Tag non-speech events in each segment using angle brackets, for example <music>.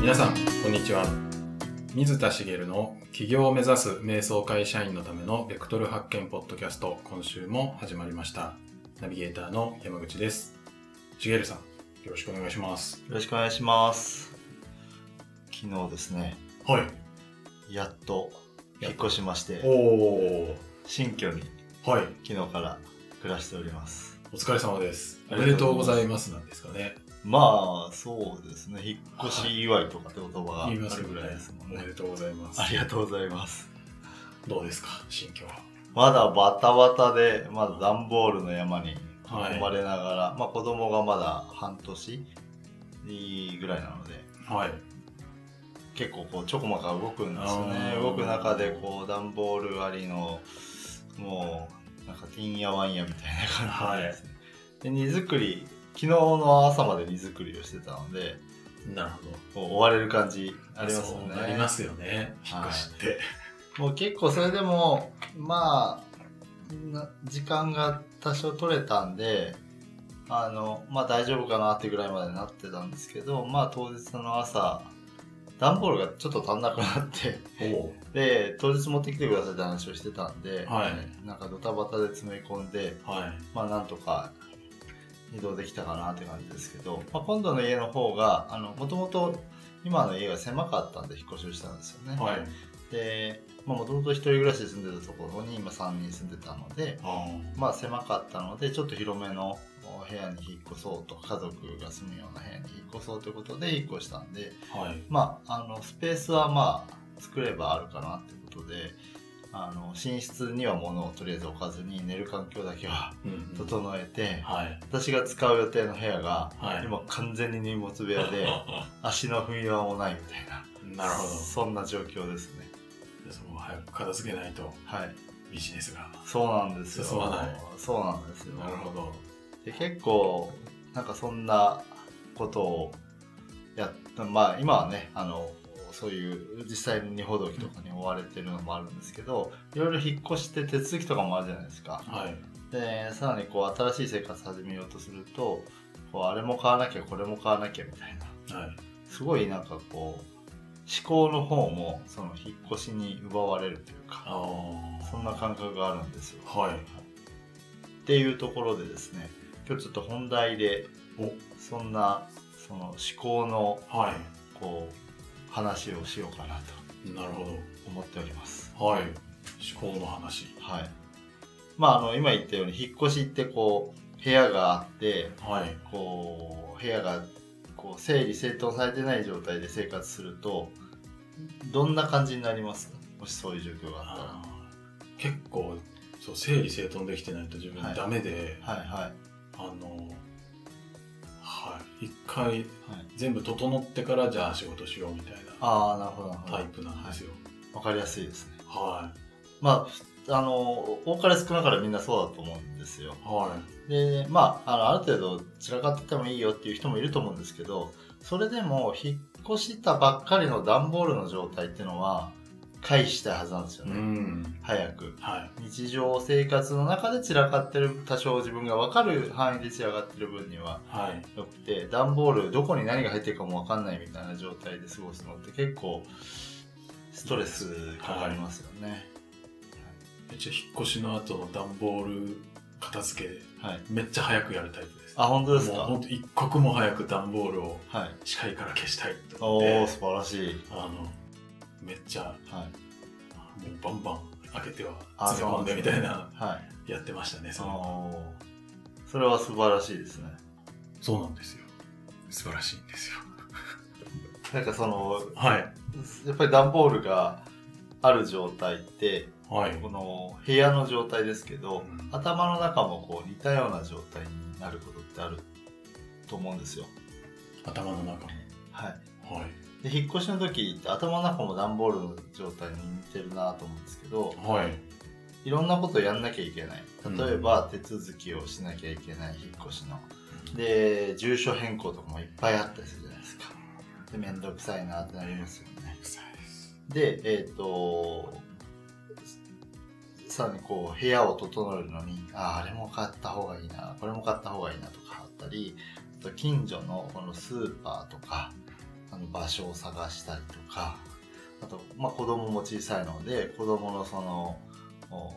皆さん、こんにちは。水田茂の起業を目指す瞑想会社員のためのベクトル発見ポッドキャスト、今週も始まりました。ナビゲーターの山口です。茂さん、よろしくお願いします。よろしくお願いします。昨日ですね、はい。やっと引っ越しまして、おー。新居にはい。昨日から暮らしております。お疲れ様です。おあめりでがととうごうござざいいますなんですかね。まあ、そうですね、引っ越し祝いとかって言葉があ言いるますよぐねらいですもんおめねで。とうございますあ。りがとうございます。どうですか、心境は。まだバタバタで、まだ段ボールの山にはい生まれながら、まあ子供がまだ半年ぐらいなので、はい。結構こうちょこまか動くんですよあねー動く中でこう段ボールありのもうなんかてんやわんやみたいな感じですね、で荷造り昨日の朝まで荷造りをしてたのでなるほど。こう追われる感じありますよそうねなりますよね。引はいっ越しって。もう結構それでもまあな時間が多少取れたんであのまあ大丈夫かなってぐらいまでなってたんですけどまあ当日の朝段ボールがちょっと足んなくなっておで当日持ってきてくださいって話をしてたんで、はいえーなんかドタバタで詰め込んでお。はい。まあなんとか移動できたかなって感じですけど、まあ、今度の家の方がもともと今の家が狭かったんで引っ越しをしたんですよね、はい。でもともと一人暮らしで住んでたところに今3人住んでたのであまあ狭かったのでちょっと広めのお部屋に引っ越そうと家族が住むような部屋に引っ越そうということで引っ越したんでーはい。まあ、あのスペースはまあ作ればあるかなってことであの寝室には物をとりあえず置かずに寝る環境だけはうんうん整えて、はい。私が使う予定の部屋が、はい今完全に荷物部屋で足の踏み場もないみたいな <laughs> なるほど。そんな状況ですねそこを早く片付けないとはいビジネスが。そうなんですよ進まないそうなんですよなるほど。で結構なんかそんなことをやったまあ今はねあのそういう実際に二ほどきとかに追われてるのもあるんですけどいろいろ引っ越して手続きとかもあるじゃないですかはい。でさらにこう新しい生活始めようとするとこうあれも買わなきゃこれも買わなきゃみたいなはい。すごいなんかこう思考の方もその引っ越しに奪われるというあかあ。そんな感覚があるんですよはい。っていうところでですね今日ちょっと本題でおそんなその思考のはこう話をしようかなとい。なるほ思っております。ど。はい。思考の話。はい。まああの今言ったように引っ越しってこう部屋があってはい。こう部屋がこう整理整頓されてない状態で生活するとどんな感じになりますもしそういう状況がああっー結構そう整理整頓できてないと自は分いダメで、たら。はいはいあのはい一回はい。全部整ってからじゃあ仕事しようみたいなああなるほどなるほど。タイプなんですよ。わかりやすいですね。はまああの多かれ少なかれみんなそうだと思うんですよ。いはでまああのある程度散らかっててもいいよっていう人もいると思うんですけどそれでも引っ越したばっかりの段ボールの状態っていうのは回避したいはずなんですよい。うね、ん。早くはい。日常生活の中で散らかってる多少自分が分かる範囲で散らかってる分にははい。よくて段ボールどこに何が入ってるかも分かんないみたいな状態で過ごすのって結構ストレスかかりますよねめっちゃ引っ越しの後の段ボール片付けはいめっちゃ早くやるタイプです。あ本当ですもうか本当一刻も早く段ボールをはい視界から消したいとお思おって素晴らしいあのめっちゃはいもうバンバン開けてはあ詰め込んでみたいなはいやってましたねそれおそれは素晴らしいですねそうなんですよ素晴らしいんですよなんかそのはいやっぱり段ボールがある状態ってはいこの部屋の状態ですけど、うん頭の中もこう似たような状態になることってあると思うんですよ頭の中はもはいいで引っ越しの時って頭の中も段ボールの状態に似てるなと思うんですけどはいいろんなことをやんなきゃいけない例えば手続きをしなきゃいけない引っ越しので住所変更とかもいっぱいあったりするじゃないですかで面倒くさいなってなりますよね臭いですでえっ、とさらにこう部屋を整えるのにあああれも買った方がいいなこれも買った方がいいなとかあったりあと近所のこのスーパーとかあの場所を探したりとかあと、まあ、子供も小さいので子供のそのお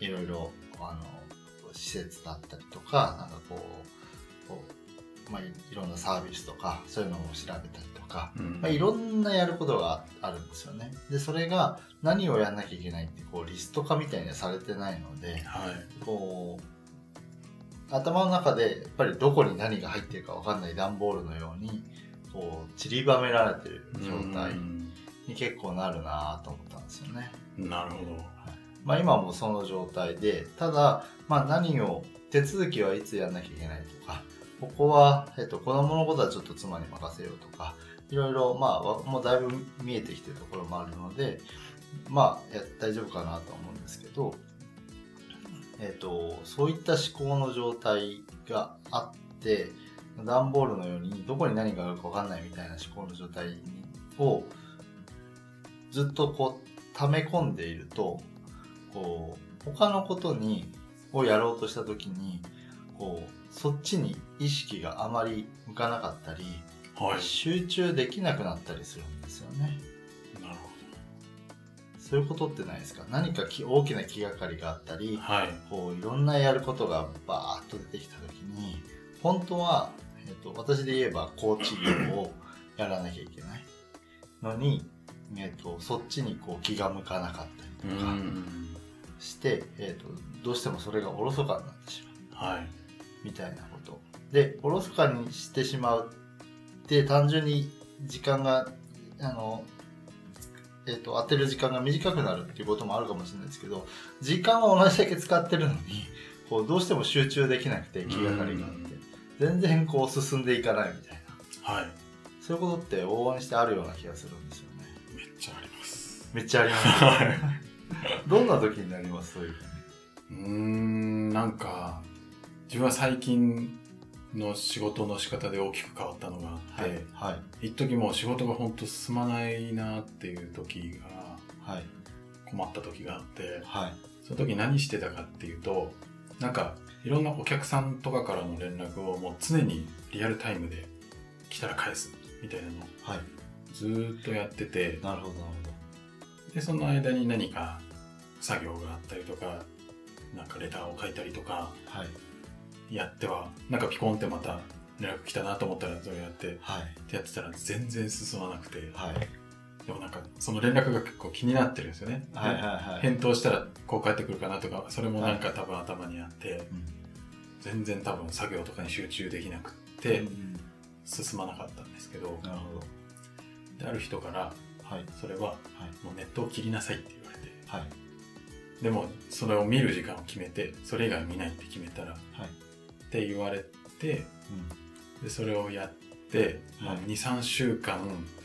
いろいろあの施設だったりとかなんかこうこう、まあ、いいろんなサービスとかそういうのを調べたりとか、うんまあ、いろんなやることがあるんですよね。でそれが何をやんなきゃいけないってこうリスト化みたいにはされてないので。はいこう頭の中でやっぱりどこに何が入ってるか分かんない段ボールのようにこう散りばめられてる状態うんに結構なるなと思ったんですよね。なるほどまあ、今もその状態でただ、まあ、何を手続きはいつやんなきゃいけないとかここは、えっと、子供のことはちょっと妻に任せようとかいろいろ、まあわ、もうだいぶ見えてきてるところもあるのでまあや大丈夫かなとは思うんですけど、えっと、そういった思考の状態があって段ボールのようにどこに何があるか分かんないみたいな思考の状態をずっとこう溜め込んでいるとこう他のことにをやろうとした時にこうそっちに意識があまり向かなかったりはい集中できなくなったりするんですよねなるほそういうことってないですか何かき大きな気がかりがあったりどはいこういろんなやることがバーッと出てきた時に本当は、えっと私で言えば高知業をやらなきゃいけないのに、えっとそっちにこう気が向かなかったうりとかんして、えっとどうしてもそれがおろそかになってしまうはいみたいなことでおろそかにしてしまうって単純に時間があの、えっと当てる時間が短くなるっていうこともあるかもしれないですけど時間は同じだけ使ってるのにこうどうしても集中できなくて気がかりがあっうんて全然こう進んでいかないみたいなはいそういうことって往々にしてあるような気がするんですよねめっちゃありますめっちゃあります <laughs> はどんな時になりますそうい <laughs> ういうーんなんか自分は最近の仕事の仕方で大きく変わったのがあっはて、いはい一時もう仕事が本当進まないなっていう時がはい困った時があってはいその時何してたかっていうとなんかいろんなお客さんとかからの連絡をもう常にリアルタイムで来たら返すみたいなのをはいずーっとやっててなるほどなるでその間に何か作業があったりとかなんかレターを書いたりとかほどはいやってはなんかピコンってまた連絡来たなと思ったらそれやってっはいてやってたら全然進まなくてはいでもなんかその連絡が結構気になってるんですよね、はいはいではい返答したらこう返ってくるかなとかそれもなんか多分頭にあって、うん全然多分作業とかに集中できなくってうん進まなかったんですけど、なるほどである人からはいそれははいもうネットを切りなさいって言われてはいでもそれを見る時間を決めてそれ以外は見ないって決めたらっはいて言われてでそれをやって、はい23週間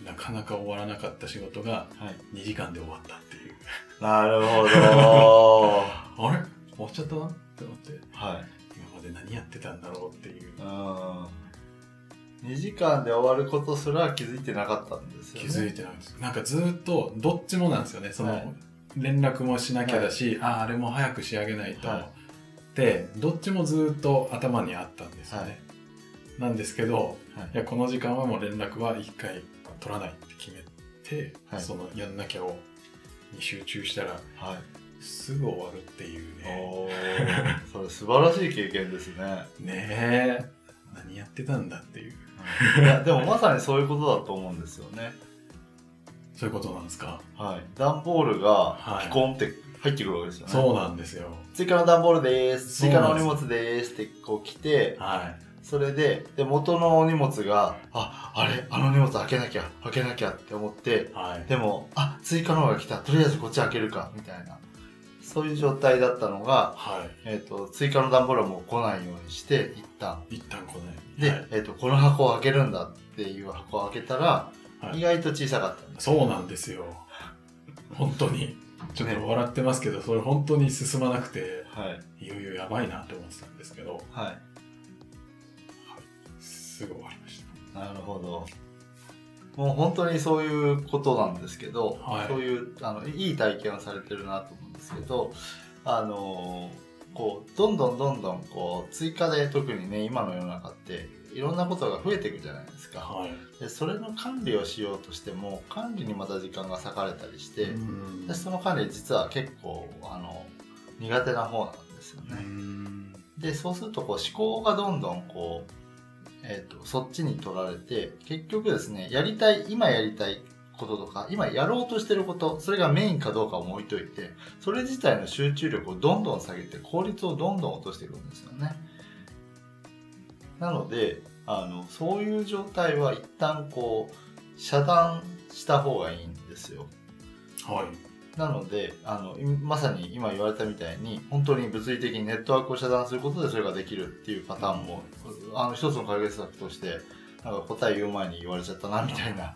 なかなか終わらなかった仕事がうんはい2時間で終わったっていうなるほどあれ終わっちゃったなって思って <laughs> はい今まで何やってたんだろうっていううん2時間で終わることすら気づいてなかったんですよ気ねづいてないんですなんかずっとどっちもなんですよねその、はい連絡もしなきゃだし、あああれも早く仕上げないと、はでどっちもずっと頭にあったんですよね、はないんですけどはいいやこの時間はもう連絡は一回取らないって決めて、はいそのやんなきゃをに集中したらはいすぐ終わるっていうねおーそれ素晴らしい経験ですねねえ何やってたんだっていういやでもまさにそういうことだと思うんですよねそういうことなんですか、はい段ボールがピコンって入ってくるわけですよね、そうなんですよ追加の段ボールですそう追加のなんおです荷物ですってこう来てはそれでで元のお荷物がああれあの荷物開けなきゃ開けなきゃって思っていはいでもあ追加の方が来たとりあえずこっち開けるかみたいなそういう状態だったのが、はえー、と追加の段ボールはもう来ないようにして一旦い一旦来ないで、はいえー、とこの箱を開けるんだっていう箱を開けたら、はい意外と小さかったんですそうなんですよ。本当に。ちょっと笑ってますけど、それ本当に進まなくて、はいいよいよやばいなと思ってたんですけど、はいすぐ終わりましなるほど。もう本当にそういうことなんですけど、はいそういうあのいい体験をされてるなと思うんですけど、あのこうどんどんどんどんこう追加で特にね今の世の中っていろんなことが増えていくじゃないですかはいでそれの管理をしようとしても管理にまた時間が割かれたりして、うんでその管理実は結構あの苦手な方なんですようね、んでそうするとこう思考がどんどんこう、えー、とそっちに取られて結局ですねやりたい今やりたいこととか今やろうとしてることそれがメインかどうかを置いといてそれ自体の集中力をどんどん下げて効率をどんどん落としていくんですよねなのであのそういう状態は一旦こう遮断した方がいいんですよはいなのであのいまさに今言われたみたいに本当に物理的にネットワークを遮断することでそれができるっていうパターンも、あの一つの解決策としてなんか答え言う前に言われちゃったなみたいな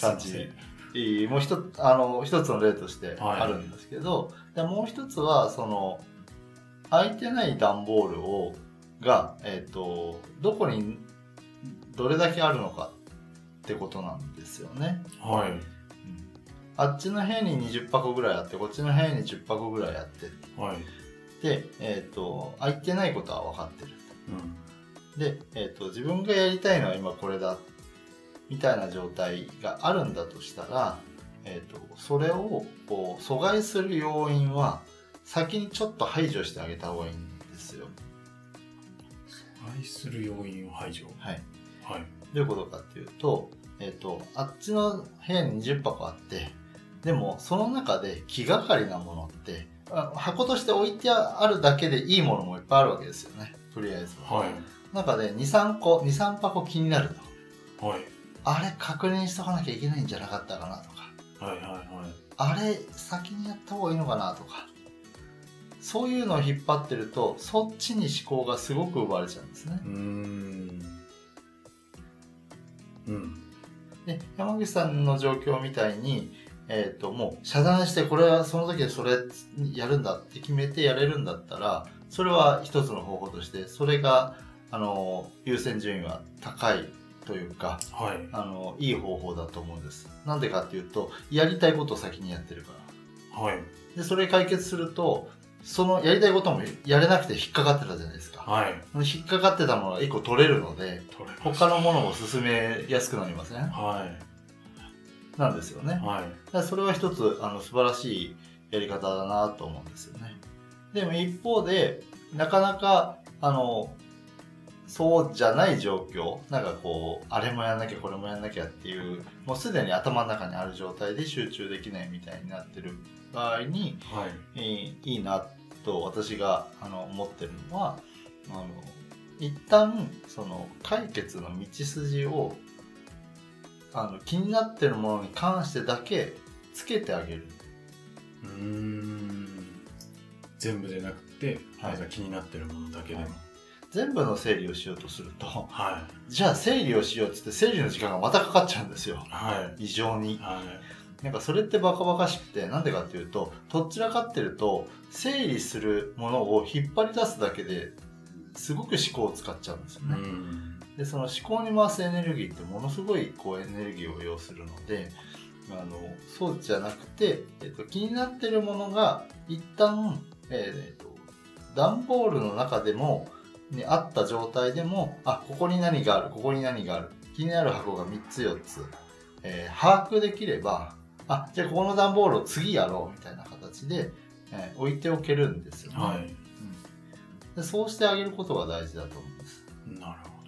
感じすいまいいもう一つあの一つの例としてはいあるんですけど、でもう一つはその空いてない段ボールをが、えっとどこにどれだけあるのかってことなんですよね。せんはいあっちの部屋に20箱ぐらいあってこっちの部屋に10箱ぐらいあってはいで、えっと空いてないことは分かってるうんで、えっと自分がやりたいのは今これだみたいな状態があるんだとしたら、えっとそれをこう阻害する要因は先にちょっと排除してあげた方がいいんですよ。愛する要因を排除はい、はいどういうことかっていうと,、えっとあっちの部屋に20箱あってでもその中で気がかりなものってあ箱として置いてあるだけでいいものもいっぱいあるわけですよねとりあえずははい中で23個23箱気になるとはいあれ確認しとかなきゃいけないんじゃなかったかなとかはいはいはいあれ先にやった方がいいのかなとかそういうのを引っ張ってるとそっちに思考がすごく奪われちゃうんですねうーんうんで山口さんの状況みたいに、えー、ともう遮断してこれはその時でそれやるんだって決めてやれるんだったらそれは一つの方法としてそれがあの優先順位は高いというかはいあのいい方法だと思うんですなんでかっていうとやりたいことを先にやってるからはいでそれ解決するとそのやりたいこともやれなくて引っかかってたじゃないですかはい引っかかってたものが1個取れるので取れました他のものも進めやすくなりませんはなんですよねいはいだからそれは一つあの素晴らしいやり方だなと思うんですよね。でも一方でなかなかあのそうじゃない状況なんかこうあれもやんなきゃこれもやんなきゃっていうもうすでに頭の中にある状態で集中できないみたいになってる場合にはいえーいいなと私があの思ってるのはあの一旦その解決の道筋をあの気になってるものに関してだけつけてあげるうーん全部じゃなくて、はいまずは気になってるものだけでもはい全部の整理をしようとすると <laughs> はじゃあ整理をしようっつって整理の時間がまたかかっちゃうんですよいはい異常にはいなんかそれってバカバカしくてなんでかっていうととっちらかってると整理するものを引っ張り出すだけですごく思考を使っちゃうんですよね、うんでその思考に回すエネルギーってものすごいこうエネルギーを要するのであのそうじゃなくて、えっと、気になってるものが一旦、えーえっと段ボールの中でも、ね、あった状態でもあここに何があるここに何がある気になる箱が3つ4つ、えー把握できればあじゃあここの段ボールを次やろうみたいな形で、えー置いておけるんですよね、はいでそうしてあげることが大事だと思うんですなるほど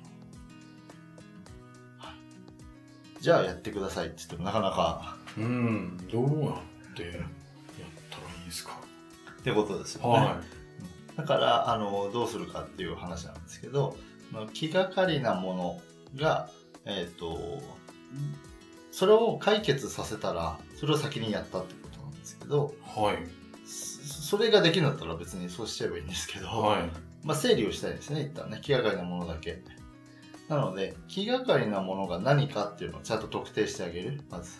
じゃあやってくださいって言ってもなかなかうんどうやってやったらいいですかってことですよね、はだからあのどうするかっていう話なんですけどまあ気がかりなものがえっ、とそれを解決させたらそれを先にやったってことなんですけどいはいそそれができるんだったら別にそうしちゃえばいいんですけど、はいまあ、整理をしたいですね一旦ね気がかりなものだけなので気がかりなものが何かっていうのをちゃんと特定してあげるまず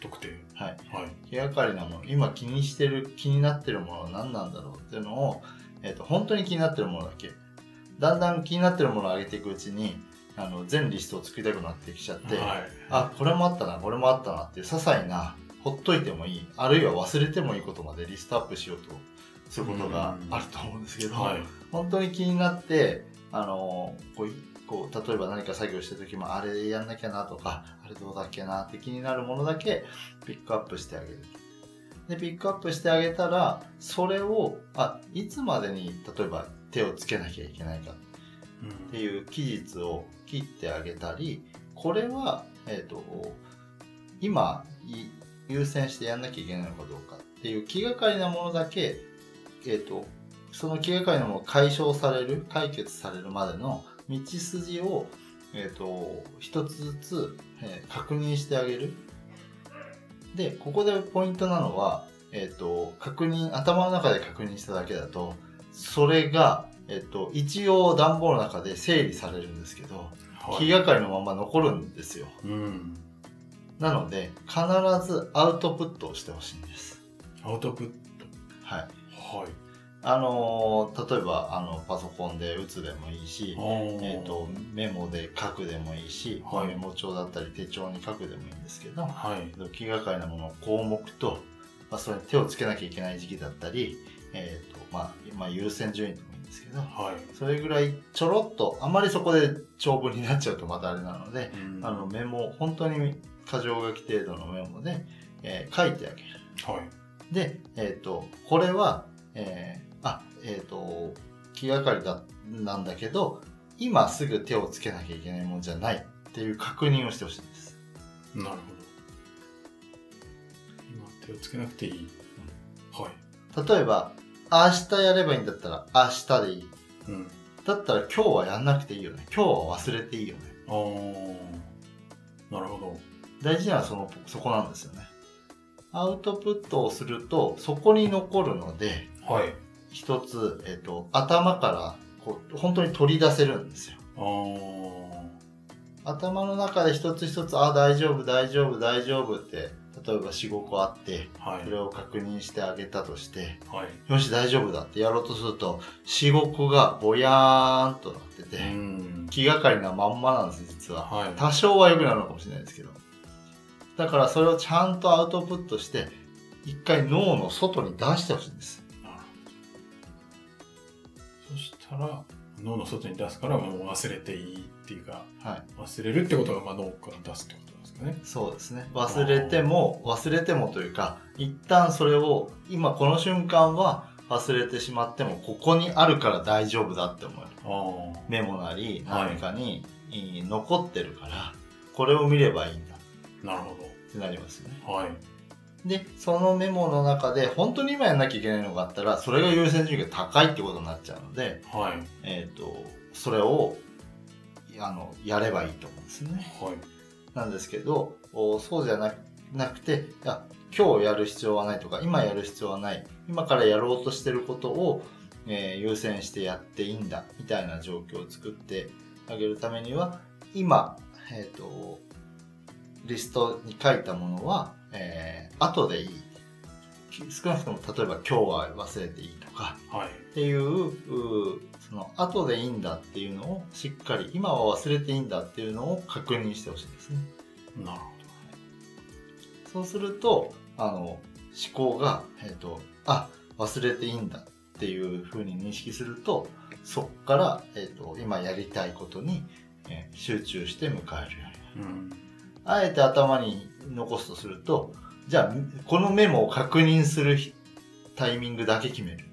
特定はいはい気がかりなもの今気にしてる気になってるものは何なんだろうっていうのを、えー、と本当に気になってるものだけだんだん気になってるものを上げていくうちにあの全リストを作りたくなってきちゃって、はいあこれもあったなこれもあったなっていう些細なほっといてもいいあるいは忘れてもいいことまでリストアップしようとすることがあると思うんですけど、はい本当に気になってあのこうこう例えば何か作業してる時もあれやんなきゃなとかあれどうだっけなって気になるものだけピックアップしてあげるでピックアップしてあげたらそれをあいつまでに例えば手をつけなきゃいけないかっていう期日を切ってあげたりこれは、えー、と今い優先してやんなきゃいけないのかどうかっていう気がかりなものだけ、えー、とその気がかりなものを解消される解決されるまでの道筋を、えー、と一つずつ、えー確認してあげるでここでポイントなのは、えー、と確認頭の中で確認しただけだとそれが、えー、と一応段ボールの中で整理されるんですけど、はい気がかりのまま残るんですようん、なので必ずアウトプットをしてほしいんですアウトプッはいトはいあのー例えばあのパソコンで打つでもいいしあ、ーえー、とメモで書くでもいいし、はいメモ帳だったり手帳に書くでもいいんですけどはいえーと気がかりなもの項目と、まあ、それに手をつけなきゃいけない時期だったり、えーとまあ、まあ優先順位でもいいんですけどはそれぐらいちょろっとあまりそこで長文になっちゃうとまたあれなのでい、うんあのメモ本当に箇条書き程度のメモで、えー書いてあげるはいで、えっとこれは、えーあえっ、と気がかりだなんだけど今すぐ手をつけなきゃいけないもんじゃないっていう確認をしてほしいんですなるほど今手をつけなくていい、はい例えば明日やればいいんだったら明日でいいうんだったら今日はやんなくていいよね今日は忘れていいよねああなるほど大事なのはそのそこなんですよねアウトプットをするとそこに残るのではい一つ、えっと頭からこう本当に取り出せるんですよああ頭の中で一つ一つあ大丈夫大丈夫大丈夫って例えば45個あってはいそれを確認してあげたとしてはいよし大丈夫だってやろうとすると45個がぼやーんとなってて、うん気がかりなまんまなんです実ははい多少は良くなるのかもしれないですけどだからそれをちゃんとアウトプットして一回脳の外に出してほしいんですそしたら脳の外に出すからもう忘れていいっていうかはい忘れるってことがまあ脳から出すってことなんですかねそうですね忘れても忘れてもというか一旦それを今この瞬間は忘れてしまってもここにあるから大丈夫だって思えるあメモなりはい何かに、いい残ってるからこれを見ればいいんだっあなるほてなりますよねどはいでそのメモの中で本当に今やんなきゃいけないのがあったらそれが優先順位が高いってことになっちゃうので、はいはいえー、とそれをあのやればいいと思うんですねなんですけどおそうじゃななくていや今日やる必要はないとか今やる必要はない今からやろうとしてることを、えー優先してやっていいんだみたいな状況を作ってあげるためには今、えー、とリストに書いたものは、えー後でいいき少なくとも例えば今日は忘れていいとかはいっていううその後でいいんだっていうのをしっかり今は忘れていいんだっていうのを確認してほしいですね。なるそうすると、あの、思考が、えっ、と、あ、忘れていいんだっていうふうに認識すると、そこから、えっ、と、今やりたいことに、えー集中して迎えるように。ほどうんあえて頭に残すとすると、じゃあ、このメモを確認する日タイミングだけ決める。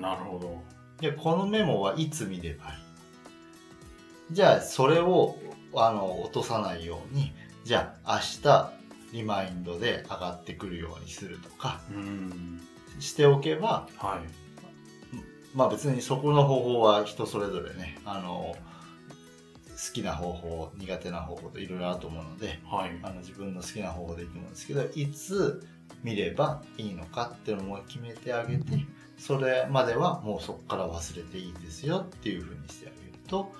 なるほどいや、このメモはいつ見ればいいじゃあ、それを、あの、落とさないように、じゃあ、明日、リマインドで上がってくるようにするとか、うんしておけば、はいまあ別にそこの方法は人それぞれね、あの、好きな方法、苦手な方法といろいろあると思うので、はいあの自分の好きな方法でいいと思うんですけどいつ見ればいいのかっていうのも決めてあげてそれまではもうそこから忘れていいですよっていうふうにしてあげると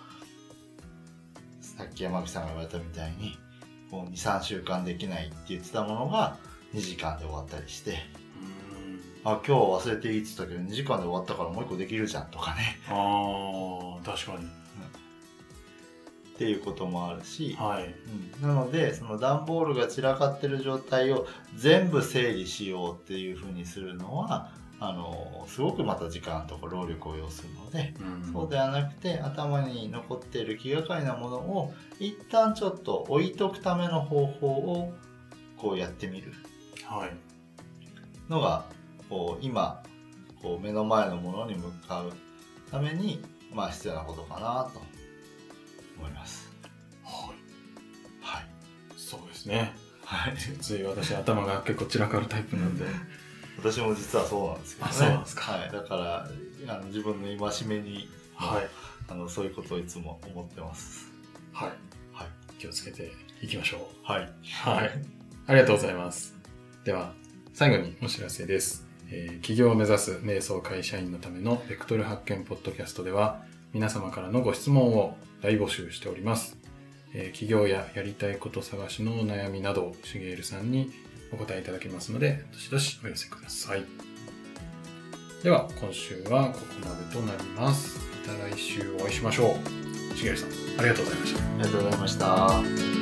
さっき山口さんが言われたみたいに23週間できないって言ってたものが2時間で終わったりしてうんあ今日は忘れていいって言ったけど2時間で終わったからもう1個できるじゃんとかねああ確かにっていうこともあるし、はいうんなのでその段ボールが散らかってる状態を全部整理しようっていうふうにするのはあのすごくまた時間とか労力を要するので、うんそうではなくて頭に残っている気がかりなものを一旦ちょっと置いとくための方法をこうやってみるはいのがこう今こう目の前のものに向かうために、まあ、必要なことかなと思います。はいはい、そうですねはい、つい私頭が結構散らかるタイプなんで私も実はそうなんですけどね。あそうなんですかはい、だからあの自分の戒めにはいあのそういうことをいつも思ってます。はいはい、気をつけていきましょうはい、はい。ありがとうございます。では、最後にお知らせです。えー企業を目指す瞑想会社員のためのベクトル発見ポッドキャストでは、皆様からのご質問を大募集しております。えー企業ややりたいこと探しのお悩みなど、しげるさんにお答えいただけますので、どしどしお寄せください。では、今週はここまでとなります。また来週お会いしましょう。しげるさん、ありがとうございました。ありがとうございました。